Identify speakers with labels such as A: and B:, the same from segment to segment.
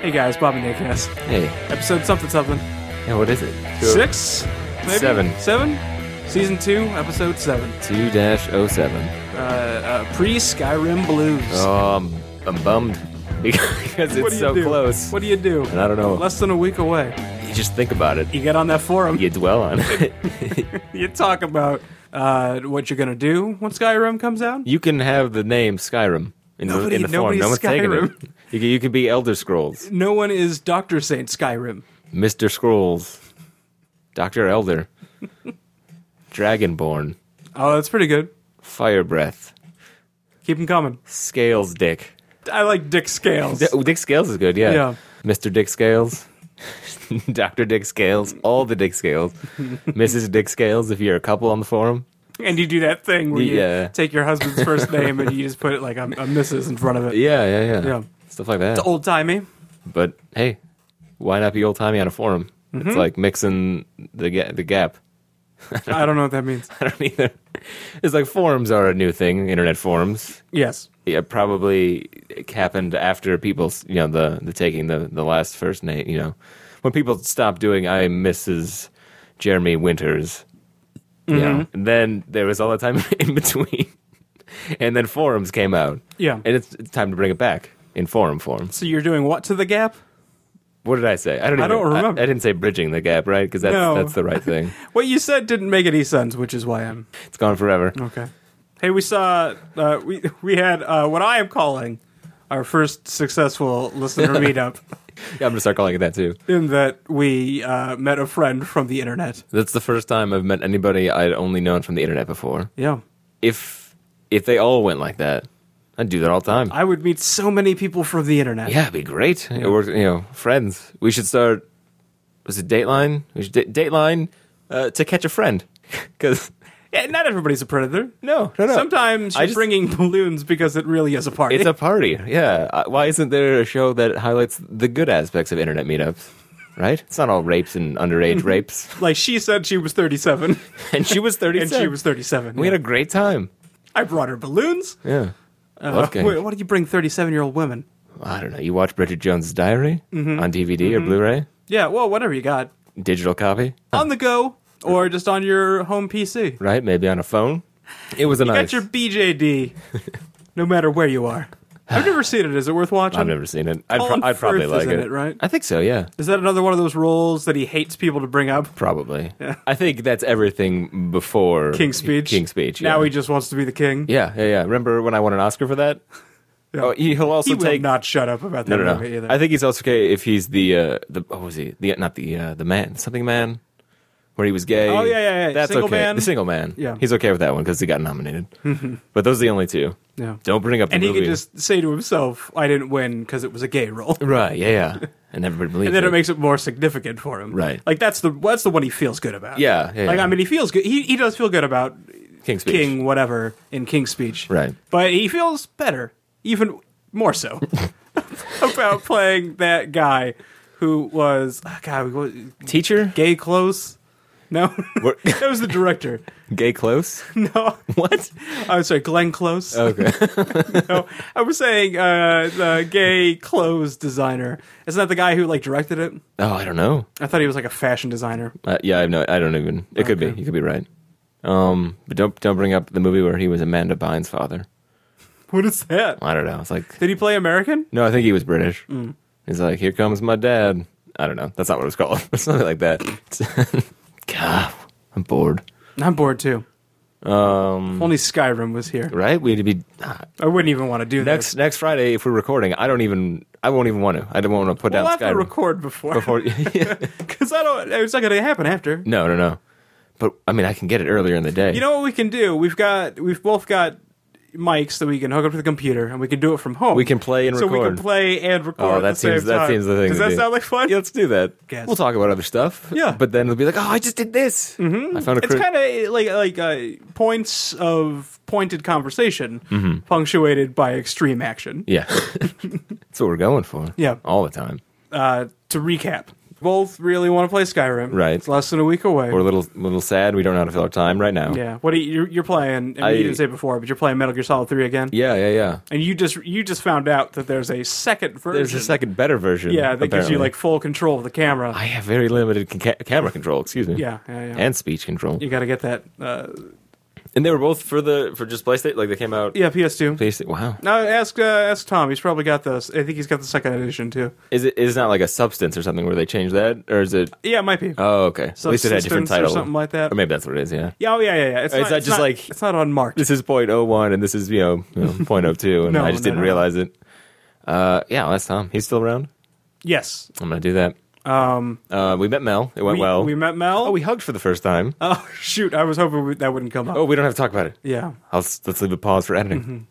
A: Hey guys, Bob and Nick Cass.
B: Hey,
A: Episode something something.
B: yeah, what is it?
A: Six? Maybe?
B: Seven.
A: Seven? Season two, episode seven.
B: 2 07.
A: Uh, uh, Pre Skyrim Blues.
B: Oh, I'm, I'm bummed because
A: What
B: it's
A: do you
B: so
A: do?
B: close.
A: What do you do?
B: And I don't know.
A: Less than a week away.
B: You just think about it.
A: You get on that forum.
B: You dwell on it.
A: You talk about uh, what you're gonna do when Skyrim comes out.
B: you can have the name Skyrim in
A: Nobody-
B: the, in the form.
A: nobody's
B: No one's taking it.
A: Skyrim.
B: You can, you can be Elder Scrolls,
A: No one is Doctor Saint Skyrim.
B: Mr. Scrolls, Dr. Elder, Dragonborn,
A: Oh, that's pretty good.
B: Fire Breath,
A: Keep them coming.
B: Scales Dick.
A: I like Dick Scales.
B: D- Dick Scales is good, yeah.
A: Yeah.
B: Mr. Dick Scales, Dr. Dick Scales, all the Dick Scales, Mrs. Dick Scales, if you're a couple on the forum.
A: And you do that thing where you
B: Yeah.
A: take your husband's first name and you just put it like a, a Mrs. in front of it.
B: Yeah, yeah, yeah.
A: Yeah.
B: Stuff like that.
A: It's old timey.
B: But hey, why not be old timey on a forum? It's like mixing the, ga- the gap.
A: I don't know what that means.
B: I don't either. It's like forums are a new thing, internet forums.
A: Yes.
B: Yeah, probably it happened after people's, you know, the, the taking the, the last first name, you know. When people stopped doing I Mrs. Jeremy Winters, you
A: Mm-hmm.
B: know, and then there was all the time in between. and then forums came out.
A: Yeah.
B: And it's, it's time to bring it back in forum form.
A: So you're doing what to the gap?
B: What did I say? I don't
A: I
B: even,
A: don't remember.
B: I, didn't say bridging the gap, right? Because that's,
A: No.
B: that's the right thing.
A: What you said didn't make any sense, which is why I'm
B: It's gone forever.
A: okay. Hey, we saw uh, we we had uh, what I am calling our first successful listener meetup.
B: Yeah, I'm going to start calling it that too.
A: in that we uh, met a friend from the internet.
B: That's the first time I've met anybody I'd only known from the internet before.
A: Yeah.
B: If if they all went like that, I'd do that all the time.
A: I would meet so many people from the internet.
B: yeah, it'd be great. It works, you know, friends. We should start. Was it Dateline? We should da- Dateline uh, to catch a friend because
A: Yeah, not everybody's a predator.
B: no, no, no.
A: Sometimes
B: I
A: you're
B: just-
A: bringing balloons because it really is a party.
B: It's a party. Yeah. Uh, Why isn't there a show that highlights the good aspects of internet meetups? Right? It's not all rapes and underage rapes.
A: like she said she was 37
B: And she was 37.
A: and she was 37.
B: We
A: yeah.
B: had a great time.
A: I brought her balloons.
B: Yeah.
A: Uh,
B: Love games.
A: wait, what do you bring 37 year old women?
B: I don't know. You watch Bridget Jones's Diary
A: Mm-hmm.
B: on DVD or Blu-ray,
A: Yeah, well, whatever you got.
B: digital copy,
A: On the go or just on your home PC.
B: right? Maybe on a phone. It was a nice.
A: Got your BJD no matter where you are. I've never seen it. Is it worth watching?
B: I've never seen it. I'd,
A: Colin
B: pro- I'd probably
A: Firth is
B: like
A: in
B: it.
A: it, right?
B: I think so. Yeah,
A: Is that another one of those roles that he hates people to bring up?
B: probably. I think that's everything before
A: King's Speech.
B: King's Speech.
A: Now
B: yeah.
A: he just wants to be the king.
B: Yeah, yeah, yeah. Remember when I won an Oscar for that? Oh, he- he'll also
A: He will
B: take.
A: not shut up about that
B: no, no,
A: movie
B: no.
A: either.
B: I think he's also okay if he's the uh, the what was he the not the uh, the man something man where he was gay.
A: Oh, yeah, yeah, yeah.
B: That's
A: Single
B: okay.
A: Man?
B: The single man.
A: Yeah.
B: he's okay with that one because he got nominated. but those are the only two.
A: Yeah.
B: Don't bring up the
A: and he
B: movie.
A: can just say to himself, "I didn't win because it was a gay role,"
B: right. Yeah, yeah. And everybody believes
A: and then
B: it.
A: it makes it more significant for him.
B: Right.
A: Like that's the that's the one he feels good about.
B: Yeah, yeah,
A: like
B: yeah.
A: I mean, he feels good. He he does feel good about
B: King's Speech.
A: King whatever in King's Speech.
B: Right.
A: But he feels better, even more so, about playing that guy who was ah, God. What,
B: teacher.
A: gay close. No,
B: What-
A: that was the director.
B: Gay close.
A: No,
B: what?
A: I'm sorry, Glenn Close.
B: Okay.
A: No, I was saying uh, the gay clothes designer. Isn't that the guy who like directed it?
B: oh, I don't know.
A: I thought he was like a fashion designer.
B: Uh, yeah, I have no. I don't even. It could be. You could be right. Um, but don't don't bring up the movie where he was Amanda Bynes' father.
A: What is that?
B: I don't know. It's like
A: Did he play American?
B: No, I think he was British.
A: Mm.
B: He's like, "Here comes my dad." I don't know. That's not what it was called. But something like that. God, I'm bored.
A: I'm bored too.
B: Um,
A: If Hmm. only Skyrim was here.
B: right? We'd be ah,
A: I wouldn't even want to do
B: next
A: this.
B: next Friday if we're recording. I don't even. I won't even want to. I don't want to put
A: We'll
B: down
A: have to
B: Skyrim
A: record before
B: before.
A: because I don't. It's not going to happen after.
B: no, no, no. But I mean, I can get it earlier in the day.
A: You know what we can do? We've got we've both got mics that we can hook up to the computer and we can do it from home.
B: We can play and
A: so we can
B: record.
A: play and record.
B: Oh,
A: at
B: that
A: the same
B: seems- that
A: time.
B: seems the thing
A: Does
B: to
A: that
B: do.
A: sound like fun?
B: Yeah, let's do that.
A: Guess.
B: We'll talk about other stuff.
A: Yeah.
B: But then it'll be like, oh, I just did this. Mm-hmm. I found a.
A: it's
B: crit-
A: kind of like like uh, points of pointed conversation
B: Mm-hmm.
A: punctuated by extreme action.
B: yeah. That's what we're going for.
A: Yeah.
B: All the time.
A: Uh, to recap, Both really want to play Skyrim.
B: Right.
A: It's less than a week away.
B: We're a little little sad. We don't know how to fill our time right now.
A: yeah. What are you, you're, you're playing? And
B: I-
A: you didn't say it before, but you're playing Metal Gear Solid Three again.
B: yeah, yeah. yeah.
A: And you just you just found out that there's a second version.
B: There's a second better version.
A: Yeah, that gives
B: apparently.
A: you like full control of the camera.
B: I have very limited ca- camera control. Excuse me.
A: yeah, yeah, yeah.
B: And speech control.
A: you got to get that. Uh,
B: And they were both for the for just PlayStation. Like they came out.
A: yeah, PS2.
B: PlayStation. Wow.
A: No, ask uh, ask Tom. He's probably got this. I think he's got the second edition too.
B: Is it is it not like a substance or something where they changed that, or is it?
A: Yeah, it might be.
B: Oh, okay. At least it had a different
A: Subsistence or
B: title,
A: something like that.
B: Or maybe that's what it is. Yeah.
A: yeah, oh, yeah, yeah, yeah. It's,
B: It's
A: not,
B: not
A: it's
B: just like-
A: it's not unmarked.
B: This is .01 and this is you know, you know .02 and
A: No,
B: I just
A: no,
B: didn't
A: no.
B: realize it. Uh, yeah, well, that's Tom. He's still around.
A: Yes.
B: I'm gonna do that.
A: Um.
B: Uh, we met Mel. It went
A: we,
B: well.
A: we met Mel.
B: oh, we hugged for the first time.
A: oh shoot! I was hoping we, that wouldn't come up.
B: oh, we don't have to talk about it.
A: Yeah.
B: I'll, s- let's leave a pause for editing.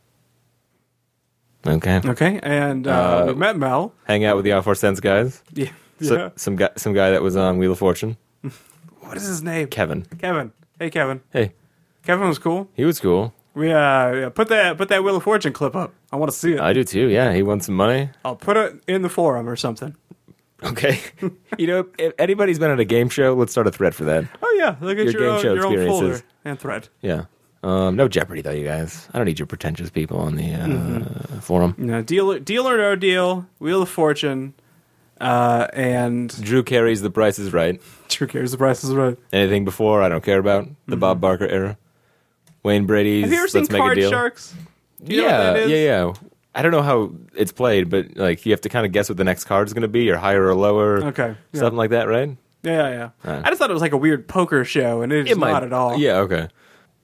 B: Okay.
A: Okay. And uh, we met Mel.
B: Hang out with the Off Our Sense guys.
A: Yeah.
B: So-
A: yeah.
B: some guy, some guy that was on Wheel of Fortune.
A: What is his name?
B: Kevin.
A: Kevin. Hey, Kevin.
B: Hey,
A: Kevin was cool.
B: he was cool.
A: We uh yeah, put that put that Wheel of Fortune clip up. I want to see it.
B: I do too. Yeah, he won some money.
A: I'll put it in the forum or something.
B: Okay. you know, if anybody's been at a game show, let's start a thread for that.
A: Oh yeah, look at
B: Your
A: your,
B: game
A: own,
B: show
A: your own folder
B: experiences.
A: and thread.
B: Yeah. Um, no Jeopardy though, you guys. I don't need your pretentious people on the uh, forum.
A: You know, deal deal or no deal, Wheel of Fortune, uh, and
B: Drew carries The Price Is Right.
A: Drew cares the price is right.
B: Anything before, I don't care about. The Bob Barker era. Wayne Brady's.
A: Have you ever
B: Let's
A: seen
B: make a
A: Card
B: deal.
A: Sharks? Do you know what
B: yeah,
A: that is?
B: yeah, yeah. I don't know how it's played, but like you have to kind of guess what the next card is going to be, or higher or lower,
A: Okay, yeah.
B: something like that, right?
A: Yeah, yeah.
B: Right.
A: I just thought it was like a weird poker show, and it's not at all.
B: Yeah, okay.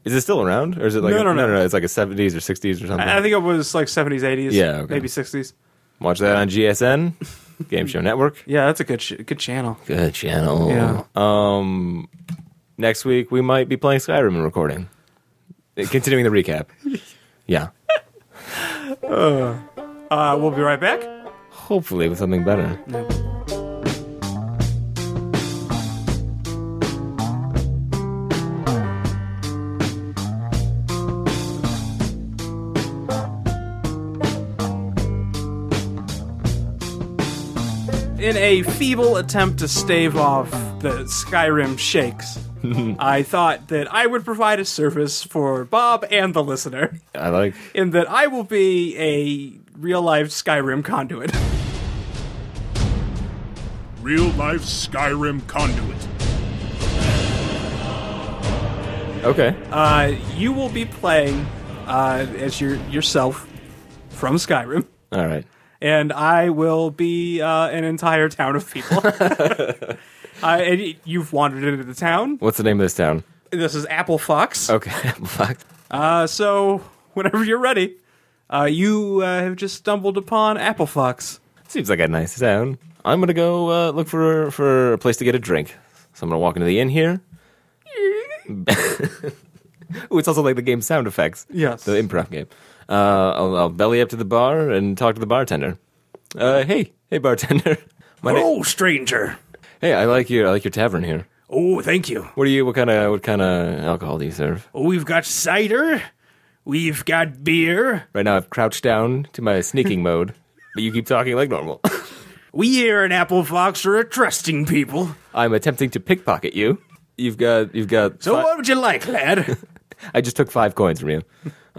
B: Is it still around, or is it like
A: No,
B: a,
A: no, no.
B: no, It's like a seventies or sixties or something.
A: I I think it was like seventies, eighties,
B: Yeah, okay.
A: maybe sixties.
B: Watch that on GSN, Game Show Network.
A: Yeah, that's a good sh- good channel.
B: Good channel.
A: Yeah.
B: Um, next week we might be playing Skyrim and recording, Uh, continuing the recap. Yeah,
A: Uh, we'll be right back.
B: hopefully with something better.
A: In a feeble attempt to stave off the Skyrim shakes, I thought that I would provide a service for Bob and the listener
B: I like.
A: in that I will be a real life Skyrim conduit.
C: Real life Skyrim conduit.
B: Okay.
A: Uh, you will be playing uh, as your yourself from Skyrim.
B: All right.
A: and I will be uh, an entire town of people. uh, and y- you've wandered into the town.
B: What's the name of this town?
A: This is Apple Fox.
B: Okay. Fuck.
A: Uh, so whenever you're ready, uh, you uh, have just stumbled upon Apple Fox.
B: Seems like a nice town. I'm gonna go uh, look for for a place to get a drink. So I'm gonna walk into the inn here. Ooh, it's also like the game sound effects.
A: Yes.
B: the improv game. Uh, I'll, I'll belly up to the bar and talk to the bartender. Uh, hey, hey, bartender. My na-
A: Oh, stranger.
B: hey, I like your I like your tavern here.
A: Oh, thank you. Oh,
B: What do you? What kind of what kind of alcohol do you serve?
A: We've got cider. We've got beer.
B: Right now, I've crouched down to my sneaking mode, but you keep talking like normal.
A: We here at Apple Fox are a trusting people.
B: I'm attempting to pickpocket you. You've got you've got.
A: So what would you like, lad?
B: I just took five coins from you.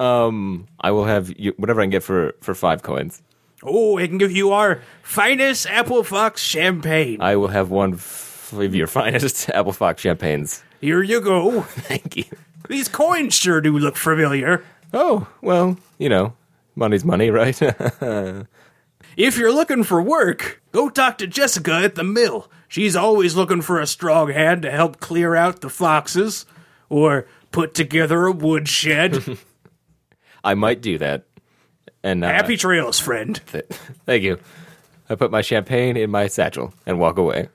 B: Um, I will have you, whatever I can get for, for five coins.
A: oh, I can give you our finest Apple Fox champagne.
B: I will have one f- of your finest Apple Fox champagnes.
A: Here you go.
B: Thank you.
A: These coins sure do look familiar.
B: Oh, well, you know, money's money, right?
A: If you're looking for work, go talk to Jessica at the mill. She's always looking for a strong hand to help clear out the foxes or put together a woodshed.
B: I might do that. And uh,
A: Happy trails, friend.
B: th- Thank you. I put my champagne in my satchel and walk away.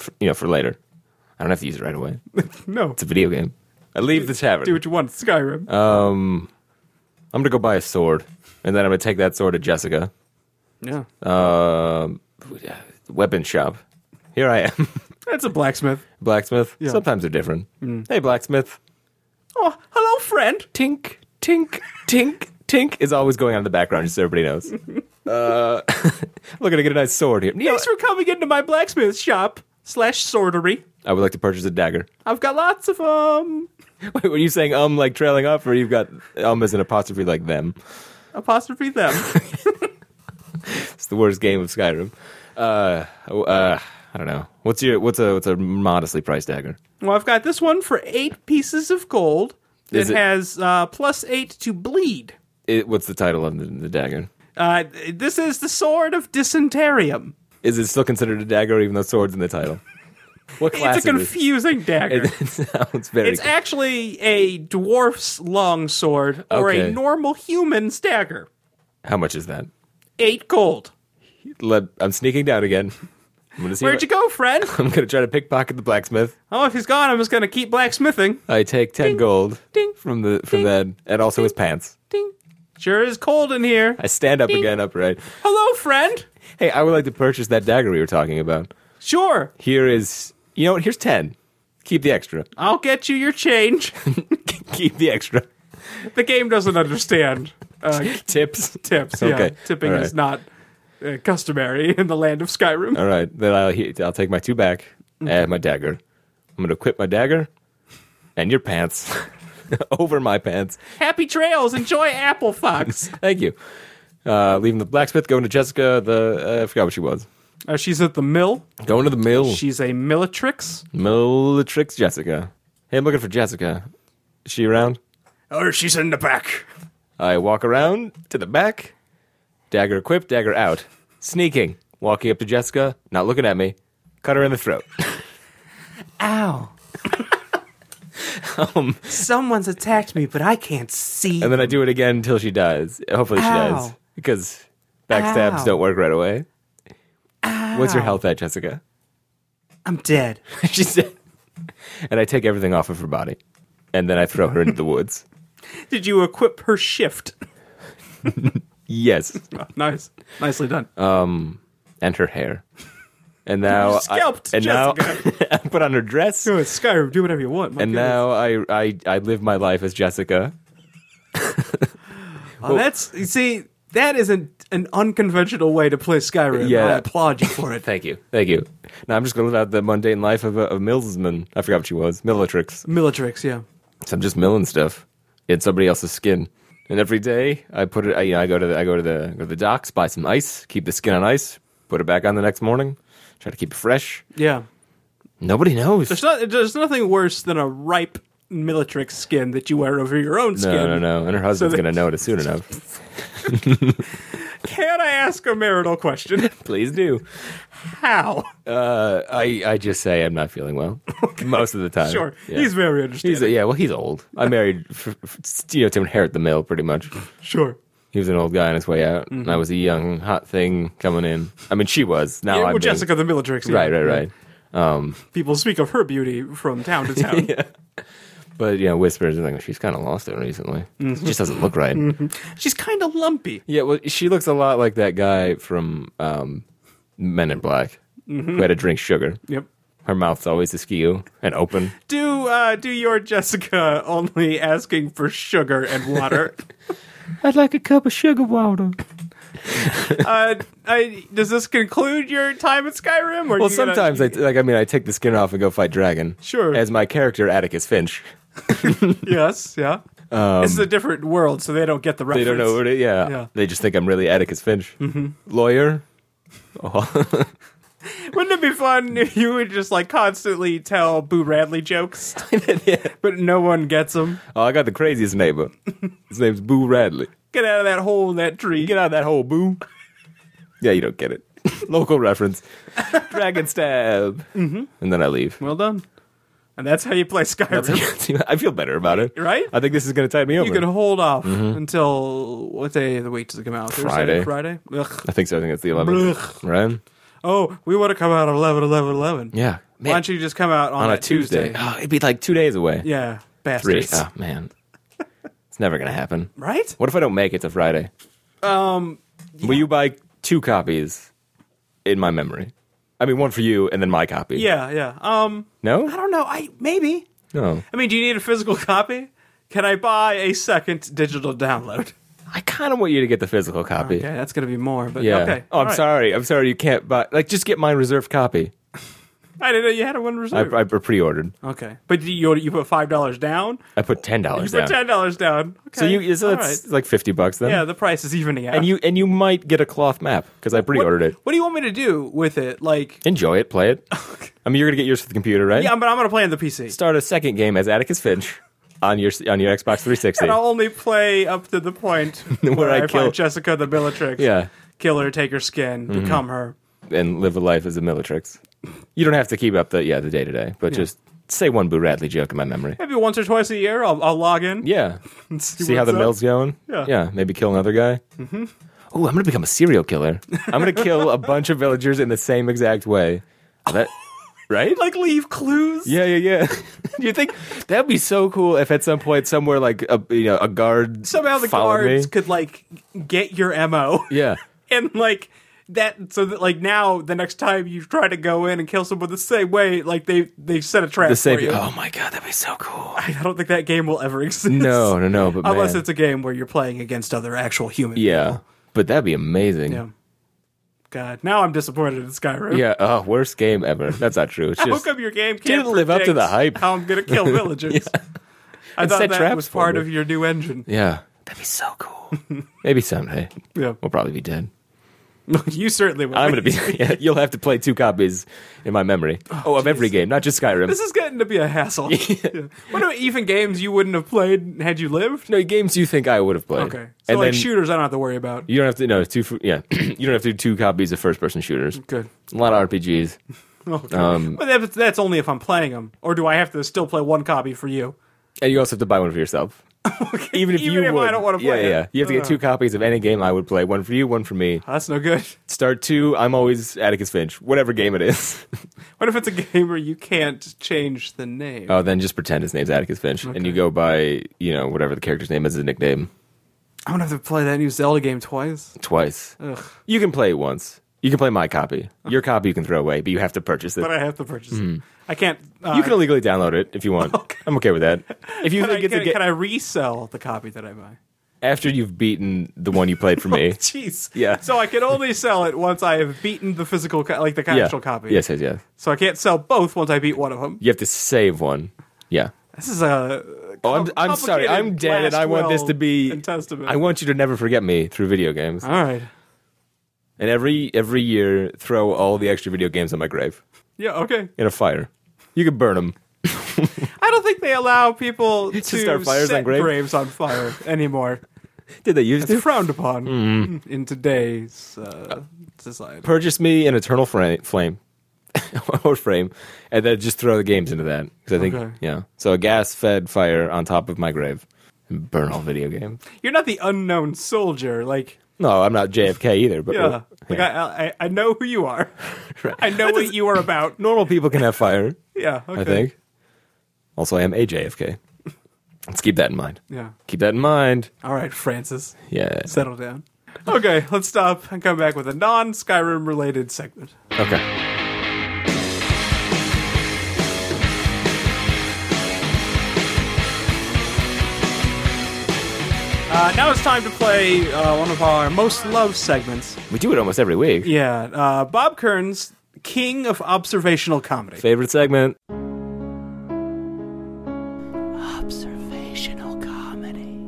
B: F you know, for later. I don't have to use it right away. It's
A: No.
B: a video game. I leave the tavern.
A: what you want, Skyrim.
B: I'm gonna go buy a sword, and then I'm gonna take that sword to Jessica.
A: yeah.
B: Um, weapon shop. Here I am.
A: That's a blacksmith.
B: blacksmith. Sometimes they're
A: Mm.
B: different. Hey, blacksmith.
A: Oh, hello, friend.
B: Tink, tink, tink, tink is always going on in the background, just so everybody knows. Uh, looking to get a nice sword here. You know,
A: Thanks for coming into my blacksmith shop slash sortery.
B: I would like to purchase a dagger.
A: I've got lots of um
B: Wait, were you saying um like trailing off, or you've got um as an apostrophe like them?
A: apostrophe them.
B: It's the worst game of Skyrim. Uh, oh, uh, I don't know. What's your what's a what's a modestly priced dagger?
A: well, I've got this one for eight pieces of gold.
B: Is
A: It,
B: it-
A: has uh, plus eight to bleed.
B: It, what's the title of the, the dagger?
A: Uh, this is the sword of dysenterium.
B: Is it still considered a dagger, even though swords in the title? What class
A: It's a
B: is it?
A: confusing dagger.
B: It sounds very.
A: It's actually a dwarf's longsword or
B: Okay.
A: a normal human's dagger.
B: How much is that?
A: Eight gold.
B: Let, I'm sneaking down again. I'm gonna see
A: Where'd
B: what-
A: you go, friend?
B: I'm gonna try to pickpocket the blacksmith.
A: Oh, if he's gone, I'm just gonna keep blacksmithing.
B: I take ten gold
A: ding,
B: from the from
A: ding,
B: that, and also his pants.
A: Ding. Sure is cold in here.
B: I stand up again, upright.
A: Hello, friend.
B: Hey, I would like to purchase that dagger we were talking about.
A: Sure,
B: Here is, you know what? Here's ten. Keep the extra.
A: I'll get you your change.
B: Keep the extra
A: the game doesn't understand uh,
B: tips.
A: tips. Yeah,
B: Okay.
A: tipping
B: All
A: is
B: right.
A: not uh, customary in the land of Skyrim.
B: All right, then I'll he- I'll take my two back and my dagger. I'm gonna equip my dagger and your pants over my pants.
A: Happy trails. Enjoy Apple Fox.
B: Thank you. Uh, leaving the blacksmith, going to Jessica. The uh, I forgot what she was.
A: uh, she's at the mill.
B: Going to the mill.
A: She's a millatrix.
B: Millatrix Jessica. Hey, I'm looking for Jessica. Is she around?
A: Oh, she's in the back.
B: I walk around to the back, dagger equipped, dagger out, sneaking, walking up to Jessica, not looking at me, cut her in the throat.
A: Ow. Someone's attacked me, but I can't see.
B: Um, And then I do it again until she dies. Hopefully she
A: Ow.
B: dies. Because backstabs
A: Ow.
B: don't work right away. What's your health at, Jessica?
A: I'm dead.
B: she said. And I take everything off of her body. And then I throw her into the woods.
A: Did you equip her shift? Oh,
B: Yes.
A: nice. Nicely done.
B: And her hair. And now
A: You scalped
B: Uh, I, and now
A: Jessica.
B: I put on her dress.
A: do it, Skyrim. Do whatever you want. My
B: And
A: goodness.
B: now I, I I live my life as Jessica.
A: Oh, that's you see, that is an, an unconventional way to play Skyrim.
B: Yeah.
A: I applaud you for it.
B: Thank you. Thank you. Now I'm just going to live out the mundane life of a, of a millsman. I forgot what she was. Millatrix.
A: Millatrix, yeah.
B: So I'm just milling stuff in somebody else's skin. And every day I put it. I, you know, I go to the, I go to the go to the docks, buy some ice, keep the skin on ice, put it back on the next morning, try to keep it fresh.
A: Yeah.
B: Nobody knows.
A: There's not there's nothing worse than a ripe Millatrix skin that you wear over your own
B: no,
A: skin.
B: no, no. And her husband's
A: they-
B: going to notice soon enough.
A: Can I ask a marital question?
B: Please do.
A: How?
B: Uh, I I just say I'm not feeling well most of the time.
A: Sure.
B: Yeah.
A: He's very understanding.
B: He's yeah. Well, he's old. I married f f- you know to inherit the mill pretty much.
A: sure.
B: He was an old guy on his way out,
A: Mm-hmm.
B: and I was a young hot thing coming in. I mean, she was. Now
A: Yeah,
B: I'm
A: well,
B: being-
A: Jessica the Millatrix. yeah.
B: Right, right, right.
A: People speak of her beauty from town to town.
B: But you know, whispers and like she's kind of lost it recently.
A: Mm-hmm.
B: It just doesn't look right.
A: She's kind of lumpy.
B: Yeah, well, she looks a lot like that guy from um, Men in Black
A: Mm-hmm.
B: who had to drink sugar.
A: Yep.
B: Her mouth's always askew and open.
A: Do uh, do your Jessica only asking for sugar and water?
B: I'd like a cup of sugar water.
A: uh, I, does this conclude your time at Skyrim? Or
B: Well, sometimes
A: I.
B: I t- like. I mean, I take the skin off and go fight dragon.
A: Sure.
B: As my character Atticus Finch,
A: Yes, yeah. this is a different world, so they don't get the
B: Um, they
A: reference.
B: don't know what it. Yeah.
A: Yeah.
B: They just think I'm really Atticus Finch, mm-hmm. lawyer.
A: Wouldn't it be fun if you would just like constantly tell Boo Radley jokes, but no one gets them?
B: Oh, I got the craziest neighbor. His name's Boo Radley.
A: Get out of that hole in that tree.
B: Get out of that hole, boo. yeah, you don't get it. Local reference. Dragon stab. Mm-hmm. And then I leave.
A: well done. And that's how you play Skyrim.
B: I feel better about it.
A: Right?
B: I think this is going to tide me over.
A: you can hold off until what day of the week does it come out? Thursday,
B: Friday.
A: Friday. Ugh.
B: I think so. I think it's the 11th. Right?
A: Oh, we want to come out at 11, 11, 11.
B: Yeah.
A: Why don't you just come out on,
B: On a
A: that
B: Tuesday. Oh, it'd be like two days away.
A: Yeah,
B: Three.
A: bastards.
B: Oh, man. It's never going to happen.
A: Right?
B: What if I don't make it to Friday? Um, Will you buy two copies in my memory? I mean, one for you and then my copy.
A: Yeah, yeah. Um, I
B: No?
A: don't know. I maybe.
B: No.
A: I mean, do you need a physical copy? Can I buy a second digital download?
B: I kind of want you to get the physical copy.
A: Okay, that's gonna be more. But
B: Yeah.
A: okay.
B: oh,
A: all
B: I'm
A: right.
B: sorry. I'm sorry. You can't buy. Like, just get my reserved copy.
A: I didn't know you had a one
B: I,
A: reserved.
B: I pre-ordered.
A: okay, but you you put five dollars down.
B: I put ten
A: You
B: dollars
A: put
B: down.
A: ten dollars down. Okay.
B: so you so
A: all
B: that's
A: right.
B: like fifty bucks then.
A: yeah, the price is evening out.
B: And you and you might get a cloth map because I
A: what,
B: pre-ordered it.
A: What do you want me to do with it? Like,
B: Enjoy it. Play it. I mean, you're gonna get yours for the computer, right?
A: yeah, but I'm gonna play on the PC.
B: Start a second game as Atticus Finch on your on your Xbox 360.
A: And I'll only play up to the point where,
B: Where I
A: I,
B: kill-
A: find Jessica the Bellatrix.
B: Yeah. Mm-hmm.
A: Kill her, take her skin, become her.
B: and live a life as a Militrix. You don't have to keep up the yeah the day to day, but just say one Boo Radley joke in my memory.
A: Maybe once or twice a year, I'll, I'll log in.
B: Yeah,
A: and see,
B: see how
A: what's
B: the
A: up.
B: mill's going.
A: Yeah.
B: maybe kill another guy. Mm-hmm. Oh, I'm gonna become a serial killer. I'm gonna kill a bunch of villagers in the same exact way. That right?
A: Like leave clues.
B: Yeah, yeah, yeah. Do you think that'd be so cool if at some point somewhere like a you know a guard
A: Somehow the
B: followed
A: guards
B: me?
A: could like get your mo.
B: Yeah,
A: and like that so that like now the next time you try to go in and kill someone the same way like they they set a trap
B: the same.
A: for you.
B: Oh my god, that'd be so cool.
A: I don't think that game will ever exist.
B: No, no, no. But
A: unless
B: man.
A: it's a game where you're playing against other actual humans.
B: yeah, but that'd be amazing.
A: Yeah. God, now I'm disappointed in Skyrim.
B: Yeah, oh, worst game ever. That's not true. It's
A: How
B: just
A: come your game can't
B: Didn't live up to
A: predict
B: the hype.
A: How I'm gonna kill villagers. I
B: And
A: thought
B: set
A: that
B: traps
A: was
B: for
A: part
B: me.
A: of your new engine.
B: yeah. That'd be so cool. Maybe someday
A: Yeah,
B: we'll probably be dead.
A: you certainly will.
B: I'm gonna be. Yeah, you'll have to play two copies in my memory. Oh, of every game, not just Skyrim.
A: This is getting to be a hassle. Yeah. What about even games you wouldn't have played had you lived?
B: no games you think I would have played.
A: Okay. So
B: and
A: like
B: then
A: shooters, I don't have to worry about.
B: you don't have to. No, two. f- Yeah, you don't have to do two copies of first-person shooters.
A: Good.
B: A lot of RPGs.
A: Okay.
B: Um,
A: but that's, that's only if I'm playing them. Or do I have to still play one copy for you?
B: And you also have to buy one for yourself. even
A: even
B: if you
A: if I
B: would.
A: don't wanna play
B: yeah,
A: it.
B: yeah. You have to get
A: Uh.
B: two copies of any game I would play. One for you, one for me.
A: Oh, that's no good.
B: Start two. I'm always Atticus Finch, whatever game it is.
A: What if it's a game where you can't change the name?
B: Oh, then just pretend his name's Atticus Finch, and you go by you know whatever the character's name is as a nickname
A: I'm gonna have to play that new Zelda game twice.
B: twice.
A: Ugh.
B: You can play it once. You can play my copy. Your copy you can throw away, but you have to purchase it.
A: But I have to purchase it. I can't. Uh,
B: you can illegally download it if you want. I'm okay with that. If you
A: Can I,
B: think it's
A: can,
B: a
A: I-
B: ga-
A: can I resell the copy that I buy?
B: after you've beaten the one you played for me,
A: Jeez.
B: Yeah.
A: So I can only sell it once I have beaten the physical, co- like the
B: yeah,
A: actual copy.
B: yes, yes, yes.
A: So I can't sell both once I beat one of them.
B: You have to save one. Yeah.
A: This is a.
B: Oh, I'm, I'm
A: complicated
B: sorry. I'm dead, and I
A: last
B: want this
A: will
B: to be.
A: and testament.
B: I want you to never forget me through video games.
A: All right.
B: And every every year, throw all the extra video games on my grave
A: Yeah. Okay.
B: in a fire. You can burn them.
A: I don't think they allow people to,
B: start fires
A: set
B: on graves?
A: graves on fire anymore.
B: Did they use
A: It's
B: to
A: frowned upon
B: Hmm.
A: in today's uh, society.
B: purchase me an eternal frame, flame or frame, and then just throw the games into that? Because I think
A: Okay.
B: yeah. So a gas-fed fire on top of my grave and burn all video games.
A: You're not the unknown soldier. Like,
B: No, I'm not JFK either. But
A: yeah, like
B: Uh, yeah.
A: I, I, I know who you are. I know what you are about.
B: normal people can have fire.
A: Yeah. Okay.
B: I think. Also, I am a JFK. Let's keep that in mind.
A: Yeah.
B: Keep that in mind.
A: All right, Francis,
B: Yeah.
A: settle down. Okay, let's stop and come back with a non Skyrim related segment.
B: Okay.
A: Uh, now it's time to play uh, one of our most loved segments.
B: We do it almost every week.
A: Yeah, uh, Bob Kern's King of Observational Comedy.
B: Favorite segment.
D: observational comedy.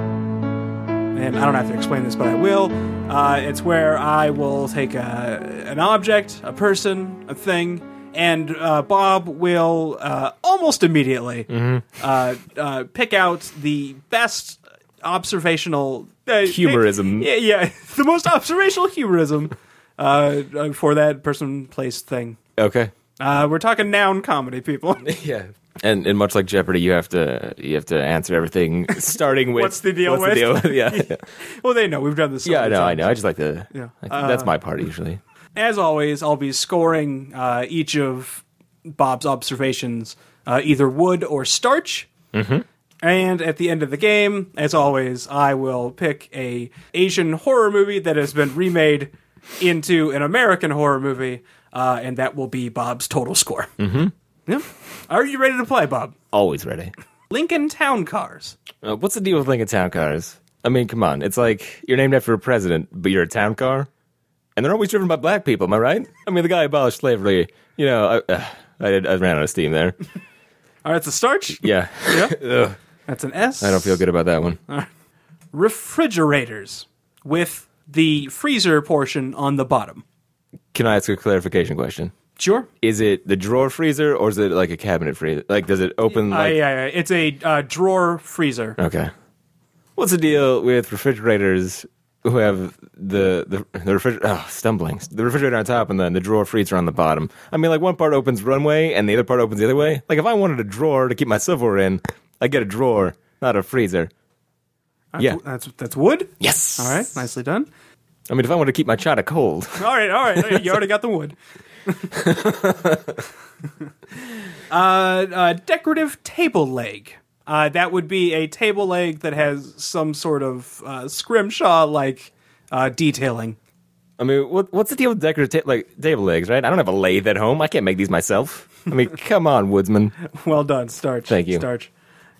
A: and I don't have to explain this, but I will. Uh, it's where I will take a, an object, a person, a thing, and uh, Bob will uh, almost immediately
B: Mm-hmm.
A: uh, uh, pick out the best observational uh,
B: Humorism.
A: Yeah, yeah, the most observational humorism uh, uh, for that person, place, thing.
B: Okay.
A: Uh, we're talking noun comedy, people.
B: Yeah. And and much like Jeopardy, you have to you have to answer everything starting with
A: What's the deal
B: what's the
A: with?
B: deal? yeah, yeah.
A: well, they know we've done this. so
B: yeah. I
A: many
B: know. I
A: times.
B: know. I just like to.
A: Yeah. Uh,
B: I think that's my part usually.
A: As always, I'll be scoring uh, each of Bob's observations, uh, either wood or starch. Mm-hmm. And at the end of the game, as always, I will pick a Asian horror movie that has been remade into an American horror movie, uh, and that will be Bob's total score. Mm-hmm. Yeah. Are you ready to play, Bob?
B: Always ready.
A: Lincoln Town Cars.
B: Uh, what's the deal with Lincoln Town Cars? I mean, come on. It's like you're named after a president, but you're a town car, and they're always driven by black people. Am I right? I mean, the guy abolished slavery. You know, I, uh, I, did, I ran out of steam there.
A: All right, it's a starch.
B: Yeah,
A: That's an S.
B: I don't feel good about that one.
A: Refrigerators with the freezer portion on the bottom.
B: Can I ask a clarification question?
A: Sure.
B: Is it the drawer freezer or is it like a cabinet freezer? Like, does it open?
A: Uh,
B: Like, Uh,
A: yeah, yeah, it's a uh, drawer freezer.
B: Okay. What's the deal with refrigerators who have the the, the refrigerator? Oh, stumbling. The refrigerator on top and then the drawer freezer on the bottom. I mean, like one part opens one way and the other part opens the other way. Like if I wanted a drawer to keep my silverware in, I get a drawer, not a freezer. Yeah.
A: That's that's wood.
B: Yes.
A: All right, nicely done.
B: I mean, if I want to keep my chata cold,
A: All right, all right. You already got the wood. uh, uh, decorative table leg. Uh, that would be a table leg that has some sort of uh, scrimshaw like uh, detailing.
B: I mean, what, what's the deal with decorative ta- like table legs? Right? I don't have a lathe at home. I can't make these myself. I mean, come on, woodsman.
A: Well done, starch.
B: Thank you.
A: starch.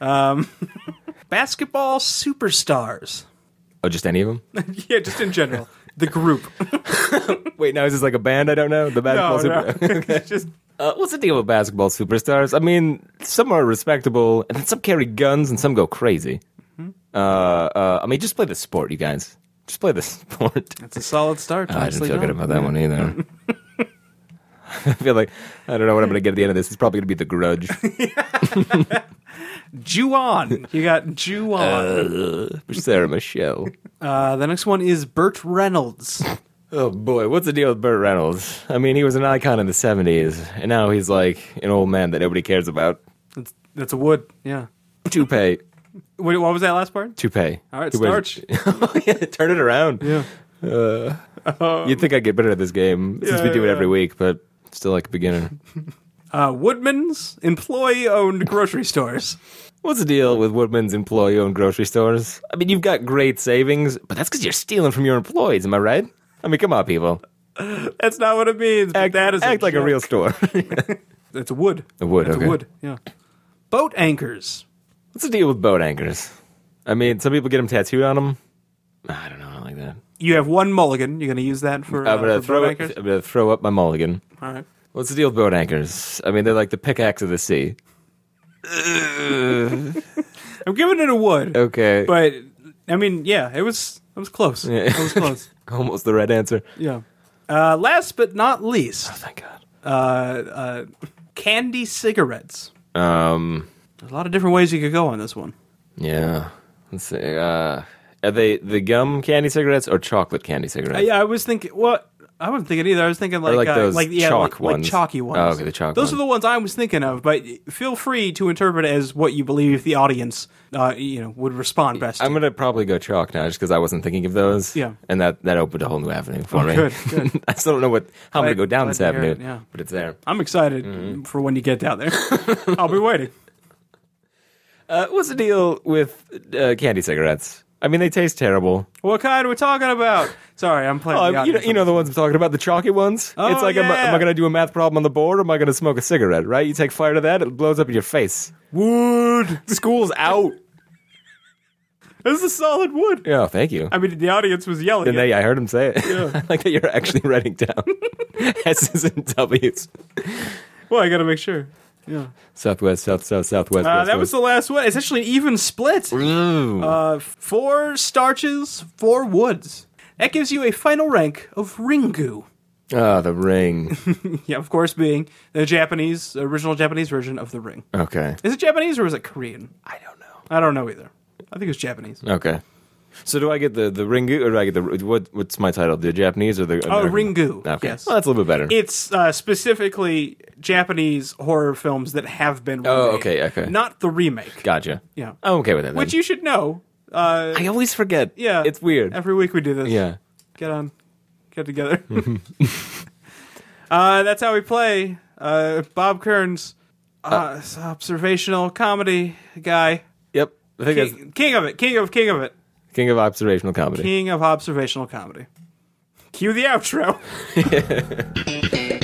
A: Um, basketball superstars.
B: Oh, just any of them?
A: Yeah, just in general, the group.
B: Wait, now is this like a band? I don't know. The
A: No,
B: basketball super.
A: no, just
B: Uh, what's the deal with basketball superstars? I mean, some are respectable, and then some carry guns, and some go crazy. Uh, uh, I mean, just play the sport, you guys. Just play the sport.
A: it's a solid start.
B: Uh, I didn't
A: nicely
B: feel good
A: done.
B: about that one either. I feel like I don't know what I'm going to get at the end of this. It's probably going to be the grudge.
A: Juan. You got Juan.
B: Uh, Sarah Michelle.
A: Uh, the next one is Burt Reynolds.
B: Oh boy, what's the deal with Burt Reynolds? I mean, he was an icon in the 70s, and now he's like an old man that nobody cares about.
A: That's, that's a wood. Yeah.
B: Toupee.
A: Wait, what was that last part?
B: Toupee.
A: All right,
B: He wears-
A: starch.
B: yeah, turn it around.
A: Yeah.
B: You'd think I'd get better at this game since we
A: Yeah,
B: do it
A: yeah.
B: every week, but still like a beginner.
A: Uh, Woodman's employee-owned grocery stores.
B: What's the deal with Woodman's employee owned grocery stores? I mean, you've got great savings, but that's because you're stealing from your employees, am I right? I mean, come on, people.
A: That's not what it means. but
B: Act,
A: that is
B: act like a
A: joke.
B: real store.
A: That's a wood.
B: A wood,
A: That's
B: okay.
A: a wood. Yeah. Boat anchors.
B: What's the deal with boat anchors? I mean, some people get them tattooed on them. I don't know. I don't like that.
A: You have one mulligan. You're going to use that for, uh,
B: I'm gonna
A: for
B: throw.
A: boat
B: It,
A: anchors.
B: I'm gonna throw up my mulligan.
A: All right.
B: What's the deal with boat anchors? I mean, they're like the pickaxe of the sea.
A: I'm giving it a wood.
B: Okay,
A: But I mean, yeah, it was it was close. It was close.
B: almost the right answer.
A: yeah. Uh, last but not least,
B: Thank God.
A: candy cigarettes.
B: Um.
A: There's a lot of different ways you could go on this one.
B: Yeah. Let's see. Uh, are they the gum candy cigarettes or chocolate candy cigarettes?
A: Uh, Yeah, I was thinking. Well, I wasn't thinking either. I was thinking like
B: like
A: uh,
B: those
A: like yeah,
B: chalk
A: like,
B: ones.
A: like chalky ones.
B: Oh, okay, the chalk
A: Those
B: ones.
A: are the ones I was thinking of. But feel free to interpret it as what you believe the audience, uh, you know, would respond best. to.
B: I'm gonna probably go chalk now, just because I wasn't thinking of those.
A: Yeah. Oh,
B: and that, that opened a whole new avenue for me.
A: good,
B: I still don't know what how I'm gonna
A: Glad-
B: go down
A: glad
B: this
A: to hear
B: avenue,
A: it, yeah.
B: but it's there.
A: I'm excited
B: Mm-hmm.
A: for when you get down there. I'll be waiting.
B: Uh, what's the deal with uh, candy cigarettes? I mean, they taste terrible.
A: What kind are we talking about? Sorry, I'm playing.
B: Oh,
A: the
B: you, know,
A: audience
B: you know the ones I'm talking about, the chalky ones.
A: Oh,
B: it's like, am, I, am
A: yeah.
B: I gonna do a math problem on the board, or am I gonna smoke a cigarette? Right? You take fire to that, it blows up in your face.
A: wood.
B: School's out.
A: This is solid wood.
B: Yeah, thank you.
A: I mean, the audience was yelling.
B: And
A: it.
B: they, I heard him say it. I like that you're actually writing down S's and W's.
A: well, I got to make sure. Yeah.
B: Southwest, south, south, southwest.
A: Uh,
B: west,
A: that was
B: west.
A: the last one. It's actually an even split. Uh, four starches, four woods. That gives you a final rank of Ringu.
B: Ah, the ring.
A: Yeah, of course, being the Japanese original Japanese version of the ring.
B: Okay.
A: Is it Japanese or is it Korean?
B: I don't know.
A: I don't know either. I think it's Japanese.
B: Okay. So do I get the the ringu or do I get the what? What's my title? The Japanese or the
A: Oh,
B: American?
A: Ringu.
B: Okay.
A: Yes.
B: Well, that's a little bit better.
A: It's uh, specifically Japanese horror films that have been. Remade,
B: Oh, okay, okay.
A: Not the remake.
B: gotcha.
A: Yeah.
B: I'm okay with that.
A: Which
B: then.
A: you should know. Uh,
B: I always forget.
A: yeah,
B: It's weird.
A: Every week we do this.
B: yeah.
A: get on, get together. uh, that's how we play. Uh, Bob Kearns, uh, s- observational comedy guy,
B: Yep. I think that's
A: king, king of it, king of king of it,
B: king of observational comedy.
A: king of observational comedy. Cue the outro.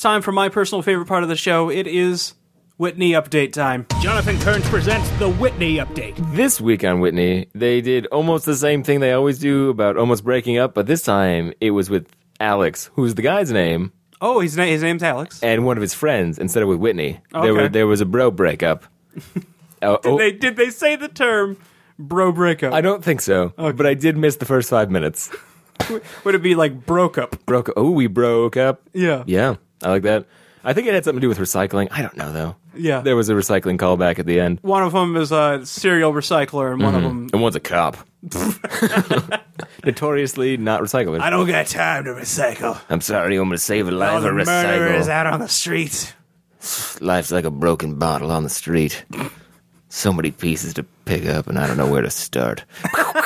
A: time for my personal favorite part of the show. It is Whitney update time.
D: Jonathan Kearns presents the Whitney update.
B: This week on Whitney, they did almost the same thing they always do about almost breaking up, but this time it was with Alex, who's the guy's name,
A: Oh, his, na- his name's Alex.
B: and one of his friends instead of with Whitney.
A: Okay.
B: There, were, there was a bro breakup. Uh, oh,
A: They did they say the term bro breakup?
B: I don't think so, but I did miss the first five minutes.
A: Would it be like broke up?
B: Broke. Oh, we broke up.
A: Yeah.
B: Yeah, I like that. I think it had something to do with recycling. I don't know though.
A: Yeah.
B: there was a recycling callback at the end,
A: One of them is a serial recycler, and one of them
B: and one's a cop. Notoriously not recyclers.
A: I don't got time to recycle.
B: I'm sorry, I'm gonna save a
A: All
B: life
A: the
B: or
A: murderers
B: recycle.
A: out on the street.
B: Life's like a broken bottle on the street. So many pieces to pick up, and I don't know where to start.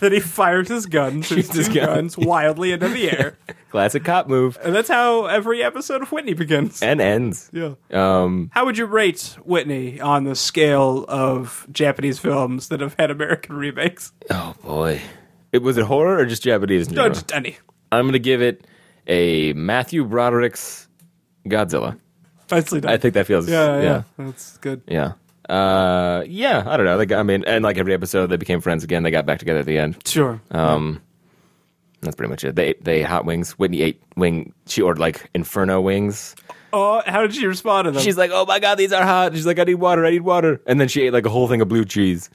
A: Then he fires his gun, shoots
B: his
A: his
B: gun.
A: guns wildly into the air,
B: Classic cop move
A: and that's how every episode of Whitney begins.
B: and ends.
A: Yeah.
B: Um,
A: How would you rate Whitney on the scale of Japanese films that have had American remakes?
B: oh boy, it was it horror or just Japanese? in
A: No,
B: general?
A: just any.
B: I'm gonna give it a Matthew Broderick's Godzilla.
A: Nicely done.
B: I think that feels
A: Yeah, yeah,
B: yeah.
A: that's good.
B: Yeah. Uh, yeah, I don't know. They got, I mean, and like every episode, they became friends again. They got back together at the end.
A: Sure.
B: Um, That's pretty much it. They they ate hot wings. Whitney ate wing. She ordered like inferno wings.
A: oh, how did she respond to them?
B: She's like, "Oh my god, these are hot." She's like, "I need water. I need water." And then she ate like a whole thing of blue cheese.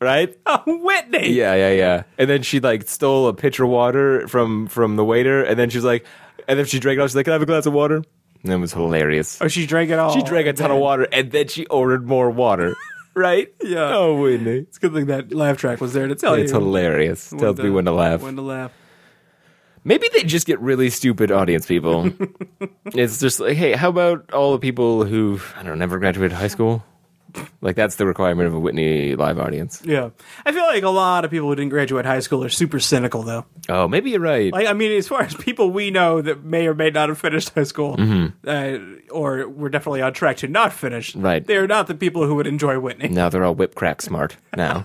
B: right?
A: Whitney.
B: Yeah, yeah, yeah. And then she like stole a pitcher of water from from the waiter. And then she's like, and then she drank it all. She's like, "Can I have a glass of water?" And it was hilarious.
A: Oh, she drank it all.
B: She drank a
A: Oh,
B: ton of water, and then she ordered more water. right?
A: Yeah. Oh,
B: Oh, Whitney.
A: It's a good thing that laugh track was there to tell
B: It's
A: you.
B: hilarious. Tells me when to laugh.
A: When to laugh.
B: Maybe they just get really stupid audience people. it's just like, hey, how about all the people who I don't know, never graduated high school? Like that's the requirement of a Whitney live audience.
A: Yeah. I feel like a lot of people who didn't graduate high school are super cynical, though.
B: Oh, maybe you're right.
A: Like, I mean, as far as people we know that may or may not have finished high school, uh, or were definitely on track to not finish,
B: Mm-hmm. Right.
A: they are not the people who would enjoy Whitney.
B: now they're all whip crack smart. Now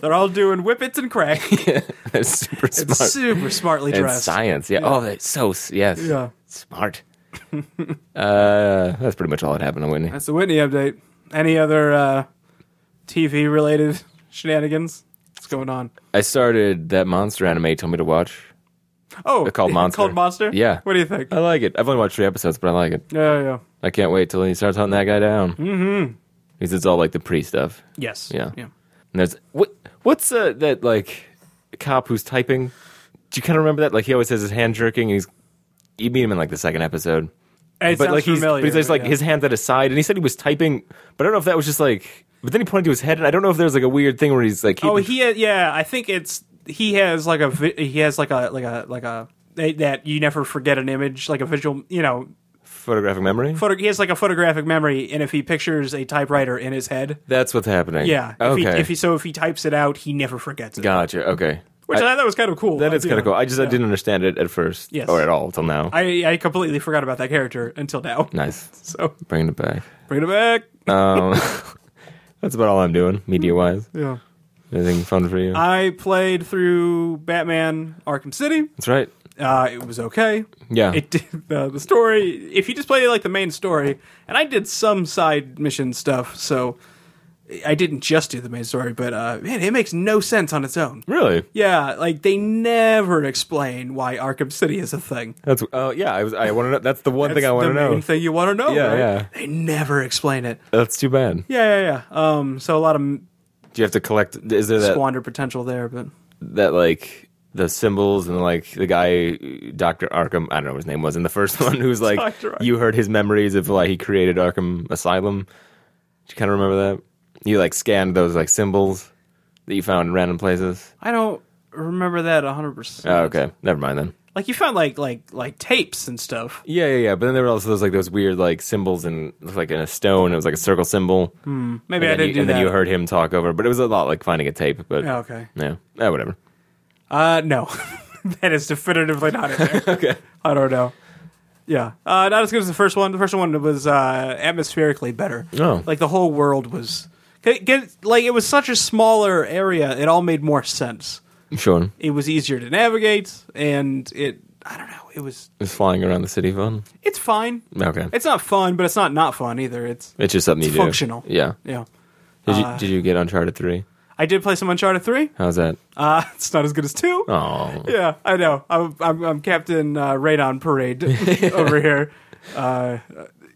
A: They're all doing whippets and crack,
B: they're super smart.
A: super smartly
B: and
A: dressed.
B: science, yeah. Oh, that's so s- yes,
A: Yeah.
B: smart. uh, that's pretty much all that happened to Whitney.
A: That's the Whitney update. Any other uh, TV related shenanigans? What's going on?
B: I started that monster anime. you Told me to watch.
A: Oh,
B: called Monster.
A: Called Monster.
B: Yeah. Uh,
A: What do you think?
B: I like it. I've only watched three episodes, but I like it.
A: yeah, yeah.
B: I can't wait till he starts hunting that guy down. Mm-hmm. Because it's all like the pre stuff.
A: Yes.
B: Yeah.
A: Yeah.
B: And there's what what's uh, that like cop who's typing? Do you kind of remember that? Like he always has his hand jerking. And he's you meet him in like the second episode,
A: It
B: but
A: sounds
B: like he's
A: familiar,
B: but he's just, like
A: yeah.
B: his hands at his side, and he said he was typing, but I don't know if that was just like. But then he pointed to his head, and I don't know if there's like a weird thing where he's like,
A: Oh,
B: keeping-
A: he yeah. I think it's he has like a vi- he has like a like a like a they- that you never forget an image like a visual you know
B: photographic memory.
A: photo he has like a photographic memory and if he pictures a typewriter in his head
B: That's what's happening.
A: yeah if
B: Okay.
A: he, if he so if he types it out he never forgets it
B: gotcha. Okay.
A: which I, thought was kind of cool
B: That is
A: idea.
B: kind of cool. I just I
A: Yeah.
B: didn't understand it at first,
A: Yes.
B: or at all till now.
A: I I completely forgot about that character until now
B: nice,
A: so
B: bringing it back.
A: bring it back
B: Um, that's about all I'm doing, media wise.
A: yeah
B: Anything fun for you?
A: I played through Batman Arkham City
B: that's right.
A: uh it was okay
B: Yeah.
A: it did the, the story if you just play like the main story and i did some side mission stuff so i didn't just do the main story but uh, man it makes no sense on its own
B: really?
A: yeah like they never explain why arkham city is a thing
B: That's uh, yeah. I was. I want to know. That's the one thing
A: That's
B: I want to
A: the main
B: know.
A: thing you want to know
B: Yeah,
A: right?
B: yeah.
A: they never explain it
B: That's too bad.
A: yeah yeah yeah um so a lot of m-
B: Do you have to collect? Is there that
A: squandered potential there but
B: that like the symbols and like the guy Doctor Arkham? I don't know what his name was in the first one. Who's like
A: Dr. Arkham.
B: you heard his memories of like he created Arkham Asylum. Do you kind of remember that? You like scanned those like symbols that you found in random places.
A: i don't remember that 100%
B: Oh, okay. Never mind then.
A: like you found like like like tapes and stuff
B: Yeah, yeah, yeah. But then there were also those like those weird like symbols and like in a stone. It was like a circle symbol.
A: Hmm. maybe
B: And
A: i
B: then
A: didn't
B: you,
A: do
B: and
A: that
B: then you heard him talk over, but it was a lot like finding a tape. But
A: Yeah, okay
B: yeah, yeah, whatever.
A: Uh, no, that is definitively not in there. okay, I don't know. Yeah, uh, not as good as the first one. The first one was uh, atmospherically better.
B: Oh.
A: like the whole world was. Get, get- like it was such a smaller area. It all made more sense.
B: Sure.
A: It was easier to navigate, and it. I don't know. It was.
B: Is flying around the city fun?
A: It's fine.
B: Okay.
A: It's not fun, but it's not not fun either. It's
B: It's just something
A: it's
B: you do.
A: functional. Uh,
B: Yeah.
A: yeah.
B: Did you did you get Uncharted three?
A: I did play some Uncharted three.
B: How's that?
A: Uh, it's not as good as two.
B: Oh,
A: Yeah, I know. I'm, I'm, I'm Captain uh, Radon Parade over here. Uh,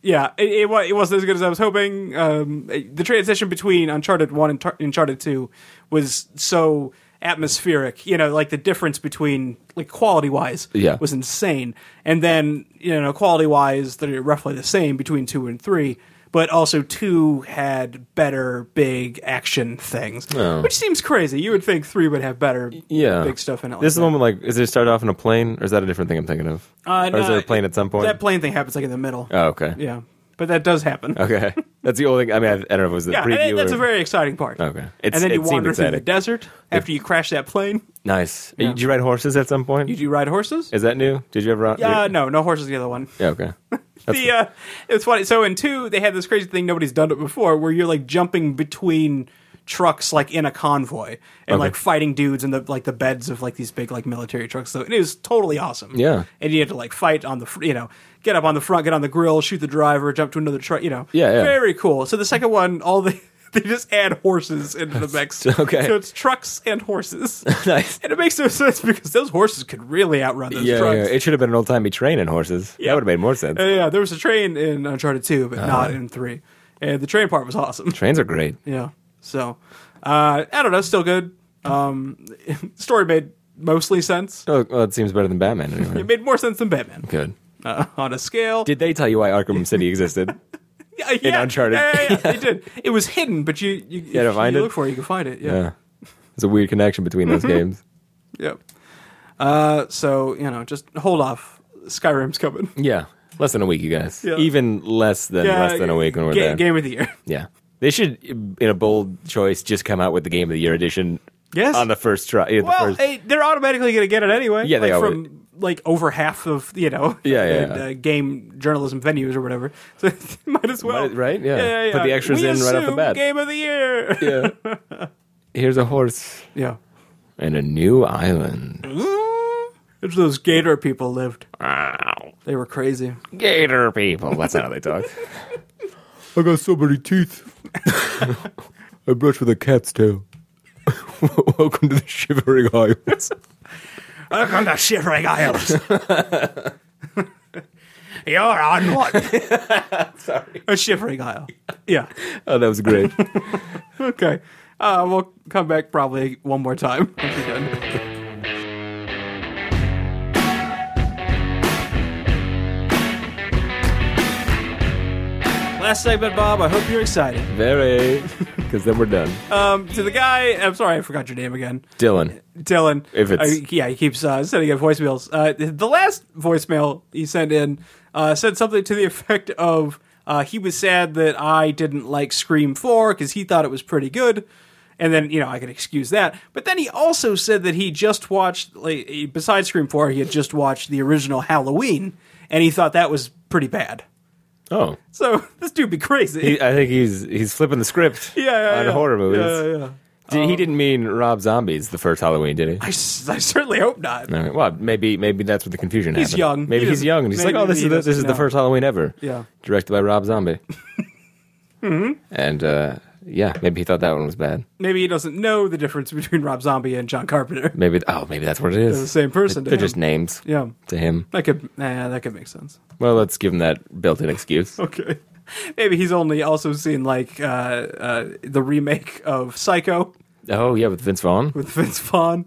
A: yeah, it, it, wa- it wasn't as good as I was hoping. Um, it- the transition between Uncharted 1 and Tar- Uncharted 2 was so atmospheric. You know, like the difference between, like, quality wise
B: Yeah.
A: was insane. And then, you know, quality wise, they're roughly the same between 2 and 3. But also, two had better big action things, which seems crazy. You would think three would have better
B: Oh. yeah.
A: big stuff in it. like
B: this is
A: that.
B: the one with like, is it start off in a plane, or is that a different thing I'm thinking of?
A: Uh,
B: or is
A: no,
B: there a plane at some point?
A: That plane thing happens like in the middle.
B: oh, okay.
A: Yeah, but that does happen.
B: Okay. That's the only thing. I mean, I, I don't know if it was the
A: Yeah, and
B: preview.
A: that's
B: or,
A: a very exciting part.
B: Okay. It's-
A: and then you
B: it seemed
A: wander through the
B: exciting.
A: desert after you crash that plane.
B: nice. Did you ride horses at some point?
A: You do ride horses?
B: is that new? Did you ever? ride-
A: Yeah, no, no horses. The other one.
B: Yeah, okay.
A: the uh, it's funny. So in two, they had this crazy thing nobody's done it before, where you're like jumping between trucks like in a convoy and like fighting dudes in the like the beds of like these big like military trucks. So it was totally awesome.
B: Yeah.
A: and you had to like fight on the fr- you know get up on the front, get on the grill, shoot the driver, jump to another truck. You know,
B: Yeah, yeah.
A: very cool. So the second one, all the. They just add horses into the mix.
B: okay.
A: So it's trucks and horses.
B: Nice.
A: And it makes no sense because those horses could really outrun those
B: Yeah,
A: trucks.
B: yeah, it should have been an old timey train and horses. That would have made more sense.
A: Uh, yeah, there was a train in Uncharted 2, but
B: Uh-huh.
A: not in 3. And the train part was awesome.
B: Trains are great.
A: Yeah. So, uh, I don't know, still good. Um, story made mostly sense.
B: Oh, well, it seems better than Batman anyway.
A: It made more sense than Batman
B: Good.
A: uh, on a scale.
B: Did they tell you why Arkham City existed?
A: yeah, yeah,
B: Uncharted.
A: Yeah, yeah, yeah, it did. It was hidden, but you you,
B: to
A: if
B: find
A: you
B: it?
A: look for it, you can find it. Yeah.
B: yeah. There's a weird connection between those games.
A: Yep. Uh, so, you know, just hold off. Skyrim's coming.
B: Yeah. Less than a week, you guys.
A: Yeah.
B: Even less than less than a week when we're
A: ga-
B: there.
A: Game of the year.
B: Yeah. They should, in a bold choice, just come out with the Game of the Year edition.
A: Yes.
B: On the first try. yeah, the
A: Well,
B: first-
A: hey, they're automatically going to get it anyway.
B: Yeah, they
A: like,
B: are.
A: from like over half of you know,
B: Yeah, yeah,
A: the,
B: yeah.
A: uh, game journalism venues or whatever. So they might as well,
B: Might- right? Yeah.
A: yeah, yeah.
B: Put the extras
A: We
B: in right off the
A: assume
B: bat.
A: Game of the year. Yeah,
B: yeah. Here's a horse and a new island.
A: It's those Gator people lived. They were crazy.
B: Gator people. That's not how they talk.
E: I got so many teeth. I brush with a cat's tail. Welcome to the Shivering Isles.
F: Welcome to Shivering Isles. You're on what?
A: A shivering aisle. Yeah.
B: Oh, that was great.
A: Okay. Uh, we'll come back probably one more time. once we're done. Last segment, Bob. I hope you're excited.
B: Very. Because then we're done.
A: Um, to the guy, I'm sorry, I forgot your name again.
B: Dylan.
A: Dylan.
B: If it's-
A: Uh, yeah, he keeps uh, sending in voicemails. Uh, the last voicemail he sent in uh, said something to the effect of uh, he was sad that I didn't like Scream 4 because he thought it was pretty good. And then, you know, I could excuse that. But then he also said that he just watched, like, he- besides Scream 4, he had just watched the original Halloween and he thought that was pretty bad.
B: Oh.
A: So this dude be crazy.
B: He- I think he's he's flipping the script
A: yeah, yeah,
B: on
A: yeah.
B: horror movies.
A: yeah, Um, yeah.
B: Did- he didn't mean Rob Zombies the first Halloween, did he?
A: I, s- I certainly hope not.
B: All right. Well, maybe maybe that's what the confusion
A: He's
B: happened.
A: young.
B: Maybe
A: He
B: he's
A: doesn't-
B: young and he's like,
A: maybe
B: "Oh, this
A: he
B: is the,
A: doesn't
B: this is the
A: know."
B: first Halloween ever."
A: Yeah.
B: Directed by Rob Zombie. mm-hmm. And uh, yeah, maybe he thought that one was bad.
A: Maybe he doesn't know the difference between Rob Zombie and John Carpenter.
B: Maybe oh, maybe that's what it is.
A: They're the same person to
B: They're
A: him.
B: just names
A: Yeah,
B: to him.
A: that could nah, that could make sense.
B: Well, let's give him that built-in excuse.
A: Okay, maybe he's only also seen like uh, uh, the remake of Psycho
B: Oh yeah, with Vince Vaughn.
A: with Vince Vaughn.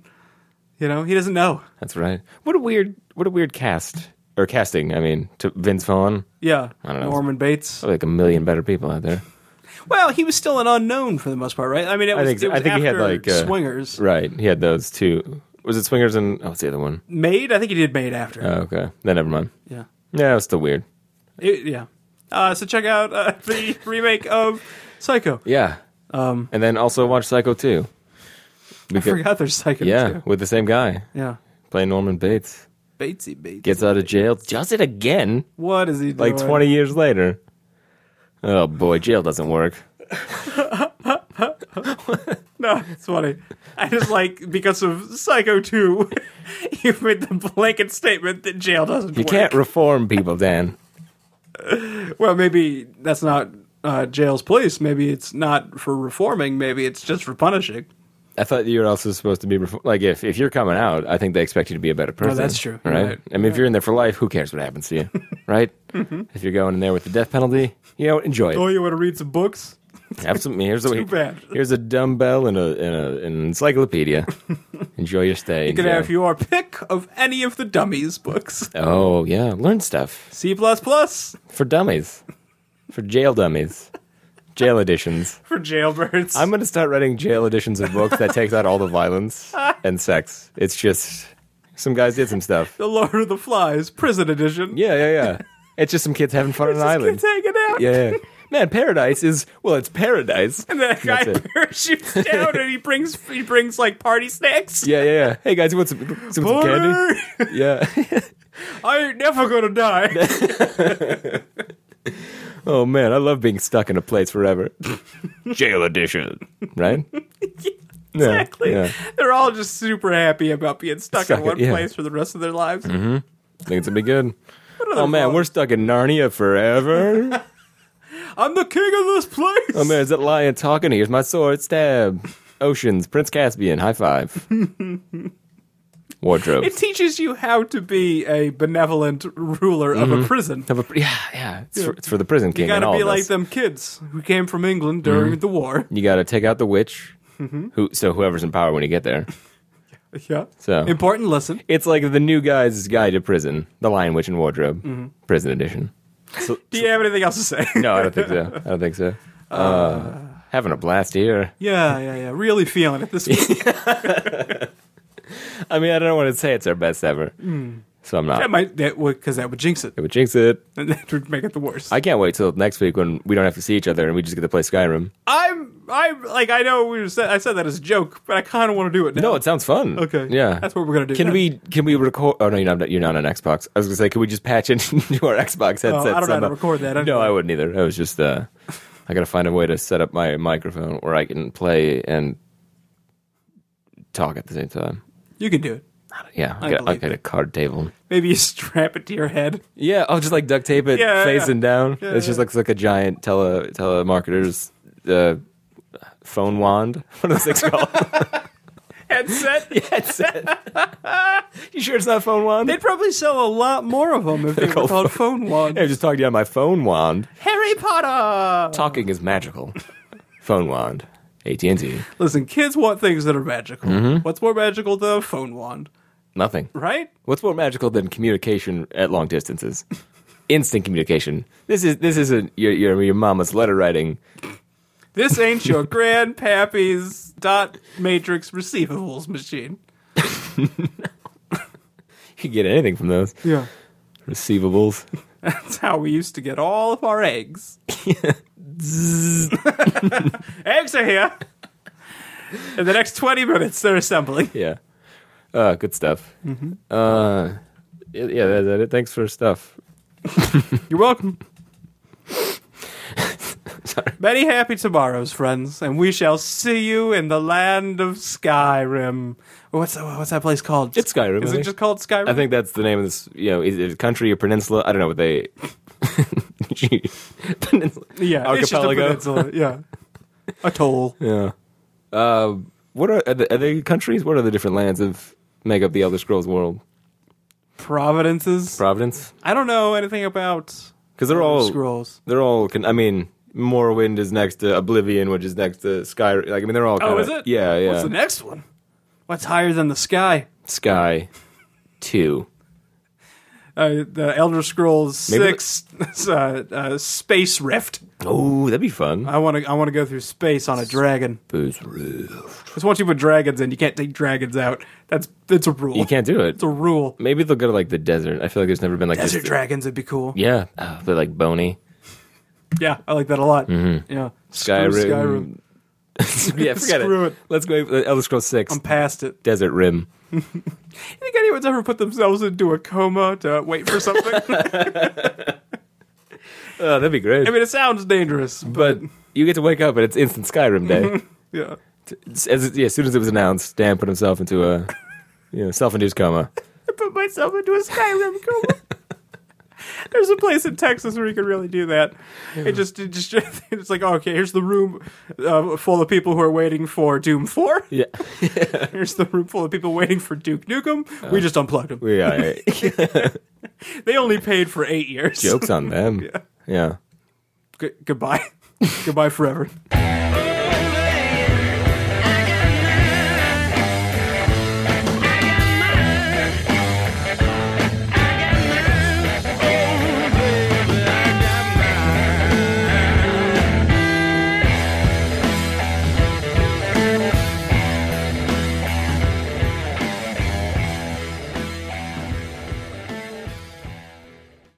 A: You know, he doesn't know.
B: That's right. What a weird what a weird cast or casting. I mean, to Vince Vaughn,
A: Yeah,
B: don't know.
A: Norman Bates.
B: like a million better people out there.
A: Well, he was still an unknown for the most part, right? I mean, it was,
B: I think so.
A: it was
B: I think he had
A: after
B: like uh,
A: Swingers
B: Right, he had those two. Was it Swingers and oh, what's the other one?
A: Made. I think he did Made after.
B: Oh, okay, then never mind.
A: yeah,
B: Yeah, it was still weird.
A: It- yeah. Uh, so check out uh, the remake of Psycho.
B: Yeah. Um, and then also watch Psycho 2.
A: I forgot there's Psycho.
B: Yeah,
A: too.
B: with the same guy
A: yeah.
B: playing Norman Bates.
A: Batesy Bates.
B: Gets out of jail, does it again,
A: What is he doing?
B: like 20 years later. Oh boy, jail doesn't work.
A: No, it's funny. I just like because of Psycho 2, you made the blanket statement that jail doesn't
B: You
A: work.
B: can't reform people, Dan.
A: Well, maybe that's not uh, jail's place. Maybe it's not for reforming. Maybe it's just for punishing.
B: I thought you were also supposed to be reform- like if if you're coming out, I think they expect you to be a better person.
A: that's true. You're
B: right?
A: right. Mm-hmm.
B: I mean, if you're in there for life, who cares what happens to you, right? If you're going in there with the death penalty, you know, enjoy
A: Oh,
B: it.
A: you want to read some books?
B: Have some. Here's a
A: Too bad.
B: here's a dumbbell and a and a, an encyclopedia. enjoy your stay.
A: You can
B: enjoy.
A: have your pick of any of the dummies books.
B: Oh yeah, learn stuff
A: C plus plus
B: for dummies, for jail dummies, jail editions.
A: for jailbirds.
B: I'm gonna start writing jail editions of books that takes out all the violence and sex. It's just some guys did some stuff.
A: the Lord of the Flies prison edition.
B: Yeah, yeah, yeah. It's just some kids having fun on an
A: Just
B: island.
A: kids hanging out.
B: Yeah, yeah. Man, paradise is well, it's paradise.
A: And that guy
B: That's it.
A: parachutes down and he brings he brings like party snacks.
B: Yeah, yeah, yeah. Hey guys, you want some, you want some candy?
A: Porter,
B: Yeah.
A: I ain't never gonna die.
B: Oh man, I love being stuck in a place forever. Jail edition, right? Yeah,
A: exactly.
B: yeah.
A: They're all just super happy about being stuck,
B: Stuck
A: in
B: in-
A: one
B: yeah. Mm-hmm.
A: place for the rest of their lives.
B: Think it's gonna be good.
A: What
B: Oh
A: other
B: man,
A: fun?
B: we're stuck in Narnia forever.
A: I'm the king of this place.
B: Oh man, is that lion talking? Here's my sword stab. Oceans, Prince Caspian, high five. Wardrobe.
A: It teaches you how to be a benevolent ruler of a prison.
B: Have a- yeah, yeah. It's, For, it's for the prison king
A: You
B: and
A: gotta be
B: Mm-hmm. all of
A: like
B: us. Mm-hmm.
A: them kids who came from England during the war.
B: You gotta take out the witch. Who? So whoever's in power when you get there.
A: Yeah.
B: So
A: Important lesson.
B: it's like the new guy's guide to prison. The Lion, Witch, and Wardrobe, prison edition. So-
A: Do you have anything else to say?
B: no, I don't think so. I don't think so. Uh, having a blast here.
A: yeah, yeah, yeah. Really feeling it this week.
B: I mean, I don't want to say it's our best ever, so I'm
A: that
B: not.
A: might that would because that would jinx it.
B: It would jinx it.
A: And that would make it the worst.
B: I can't wait till next week when we don't have to see each other and we just get to play Skyrim.
A: I'm I'm like I know we said I said that as a joke, but I kind of want to do it now.
B: No, it sounds fun.
A: Okay.
B: yeah,
A: That's what we're gonna do
B: Can
A: then.
B: we? Can we record? Oh no, you're not. You're not on Xbox. I was gonna say, can we just patch it into our Xbox headset?
A: Oh, I don't know how to
B: somehow?
A: record that. I don't
B: no,
A: know.
B: I wouldn't either. I was just. Uh, I gotta find a way to set up my microphone where I can play and talk at the same time.
A: you can do it.
B: Yeah, I,
A: I
B: got, I
A: believe
B: got a card table.
A: Maybe you strap it to your head.
B: Yeah, I'll just like duct tape it
A: Yeah,
B: facing down.
A: Yeah,
B: it just
A: yeah.
B: looks like a giant tele telemarketer's uh, phone wand. What are those things called?
A: Headset.
B: headset. you sure it's not a phone wand?
A: They'd probably sell a lot more of them if they were
B: called
A: called, phone wands.
B: Hey, I'm just talking to you on my phone wand.
A: Harry Potter.
B: Talking is magical. phone wand. AT&T.
A: Listen, kids want things that are magical. What's more magical than a phone wand,
B: Nothing.
A: right?
B: What's more magical than communication at long distances? Instant communication. This is this isn't your your, your mama's letter writing.
A: This ain't your grandpappy's dot matrix receivables machine.
B: You can get anything from those
A: Yeah.
B: receivables.
A: That's how we used to get all of our eggs. eggs are here. In the next 20 minutes, they're assembling.
B: Yeah. Uh, good stuff.
A: Mm-hmm.
B: Uh, yeah, yeah, that, that it. Thanks for stuff.
A: You're welcome. Many happy tomorrows, friends, and we shall see you in the land of Skyrim. Or What's that, what's that place called?
B: It's Skyrim, I
A: Is
B: think.
A: it just called Skyrim?
B: I think that's the name of this. You know, is it a country or peninsula? I don't know what they. peninsula.
A: yeah, it's just a
B: archipelago.
A: peninsula, yeah, atoll.
B: Yeah. Uh, what are are, the, are they countries? What are the different lands of make up the Elder Scrolls world?
A: Providences.
B: Providence,
A: I don't know anything about
B: because they're all
A: scrolls.
B: they're all. Con- I mean, Morrowind is next to Oblivion, which is next to Sky. Like, I mean, they're all. Kinda,
A: Oh, is it?
B: Uh, Yeah, yeah.
A: What's the next one? What's higher than the sky?
B: Sky Two.
A: Uh, the Elder Scrolls
B: Maybe
A: Six uh, uh, Space Rift.
B: Oh, that'd be fun.
A: I want to. I want to go through space on a dragon. Because once you put dragons in, you can't take dragons out. That's that's a rule.
B: You can't do it.
A: It's a rule.
B: Maybe they'll go to like the desert. I feel like there's never been like
A: Desert
B: this.
A: dragons would be cool. Yeah.
B: Yeah, oh, they're like bony.
A: I like that a lot. Yeah. Screw
B: Skyrim. yeah, forget
A: Screw
B: it.
A: it.
B: Let's go with Elder Scrolls Six.
A: I'm past it.
B: Desert Rim.
A: You think anyone's ever put themselves into a coma to wait for something? I
B: Oh, that'd be great.
A: Uh, mean, it sounds dangerous, but
B: but you get to wake up and it's instant Skyrim day.
A: Yeah.
B: As, as- yeah, as soon as it was announced, Dan put himself into a you know, self-induced coma.
A: put myself into a Skyrim coma. There's a place in Texas where you can really do that. It just, it just, it's like, okay, here's the room uh, full of people who are waiting for Doom Four.
B: Yeah.
A: Here's the room full of people waiting for Duke Nukem. we just unplugged them.
B: We uh, are.
A: They only paid for eight years.
B: Jokes on them. Yeah.
A: Good- goodbye, goodbye forever.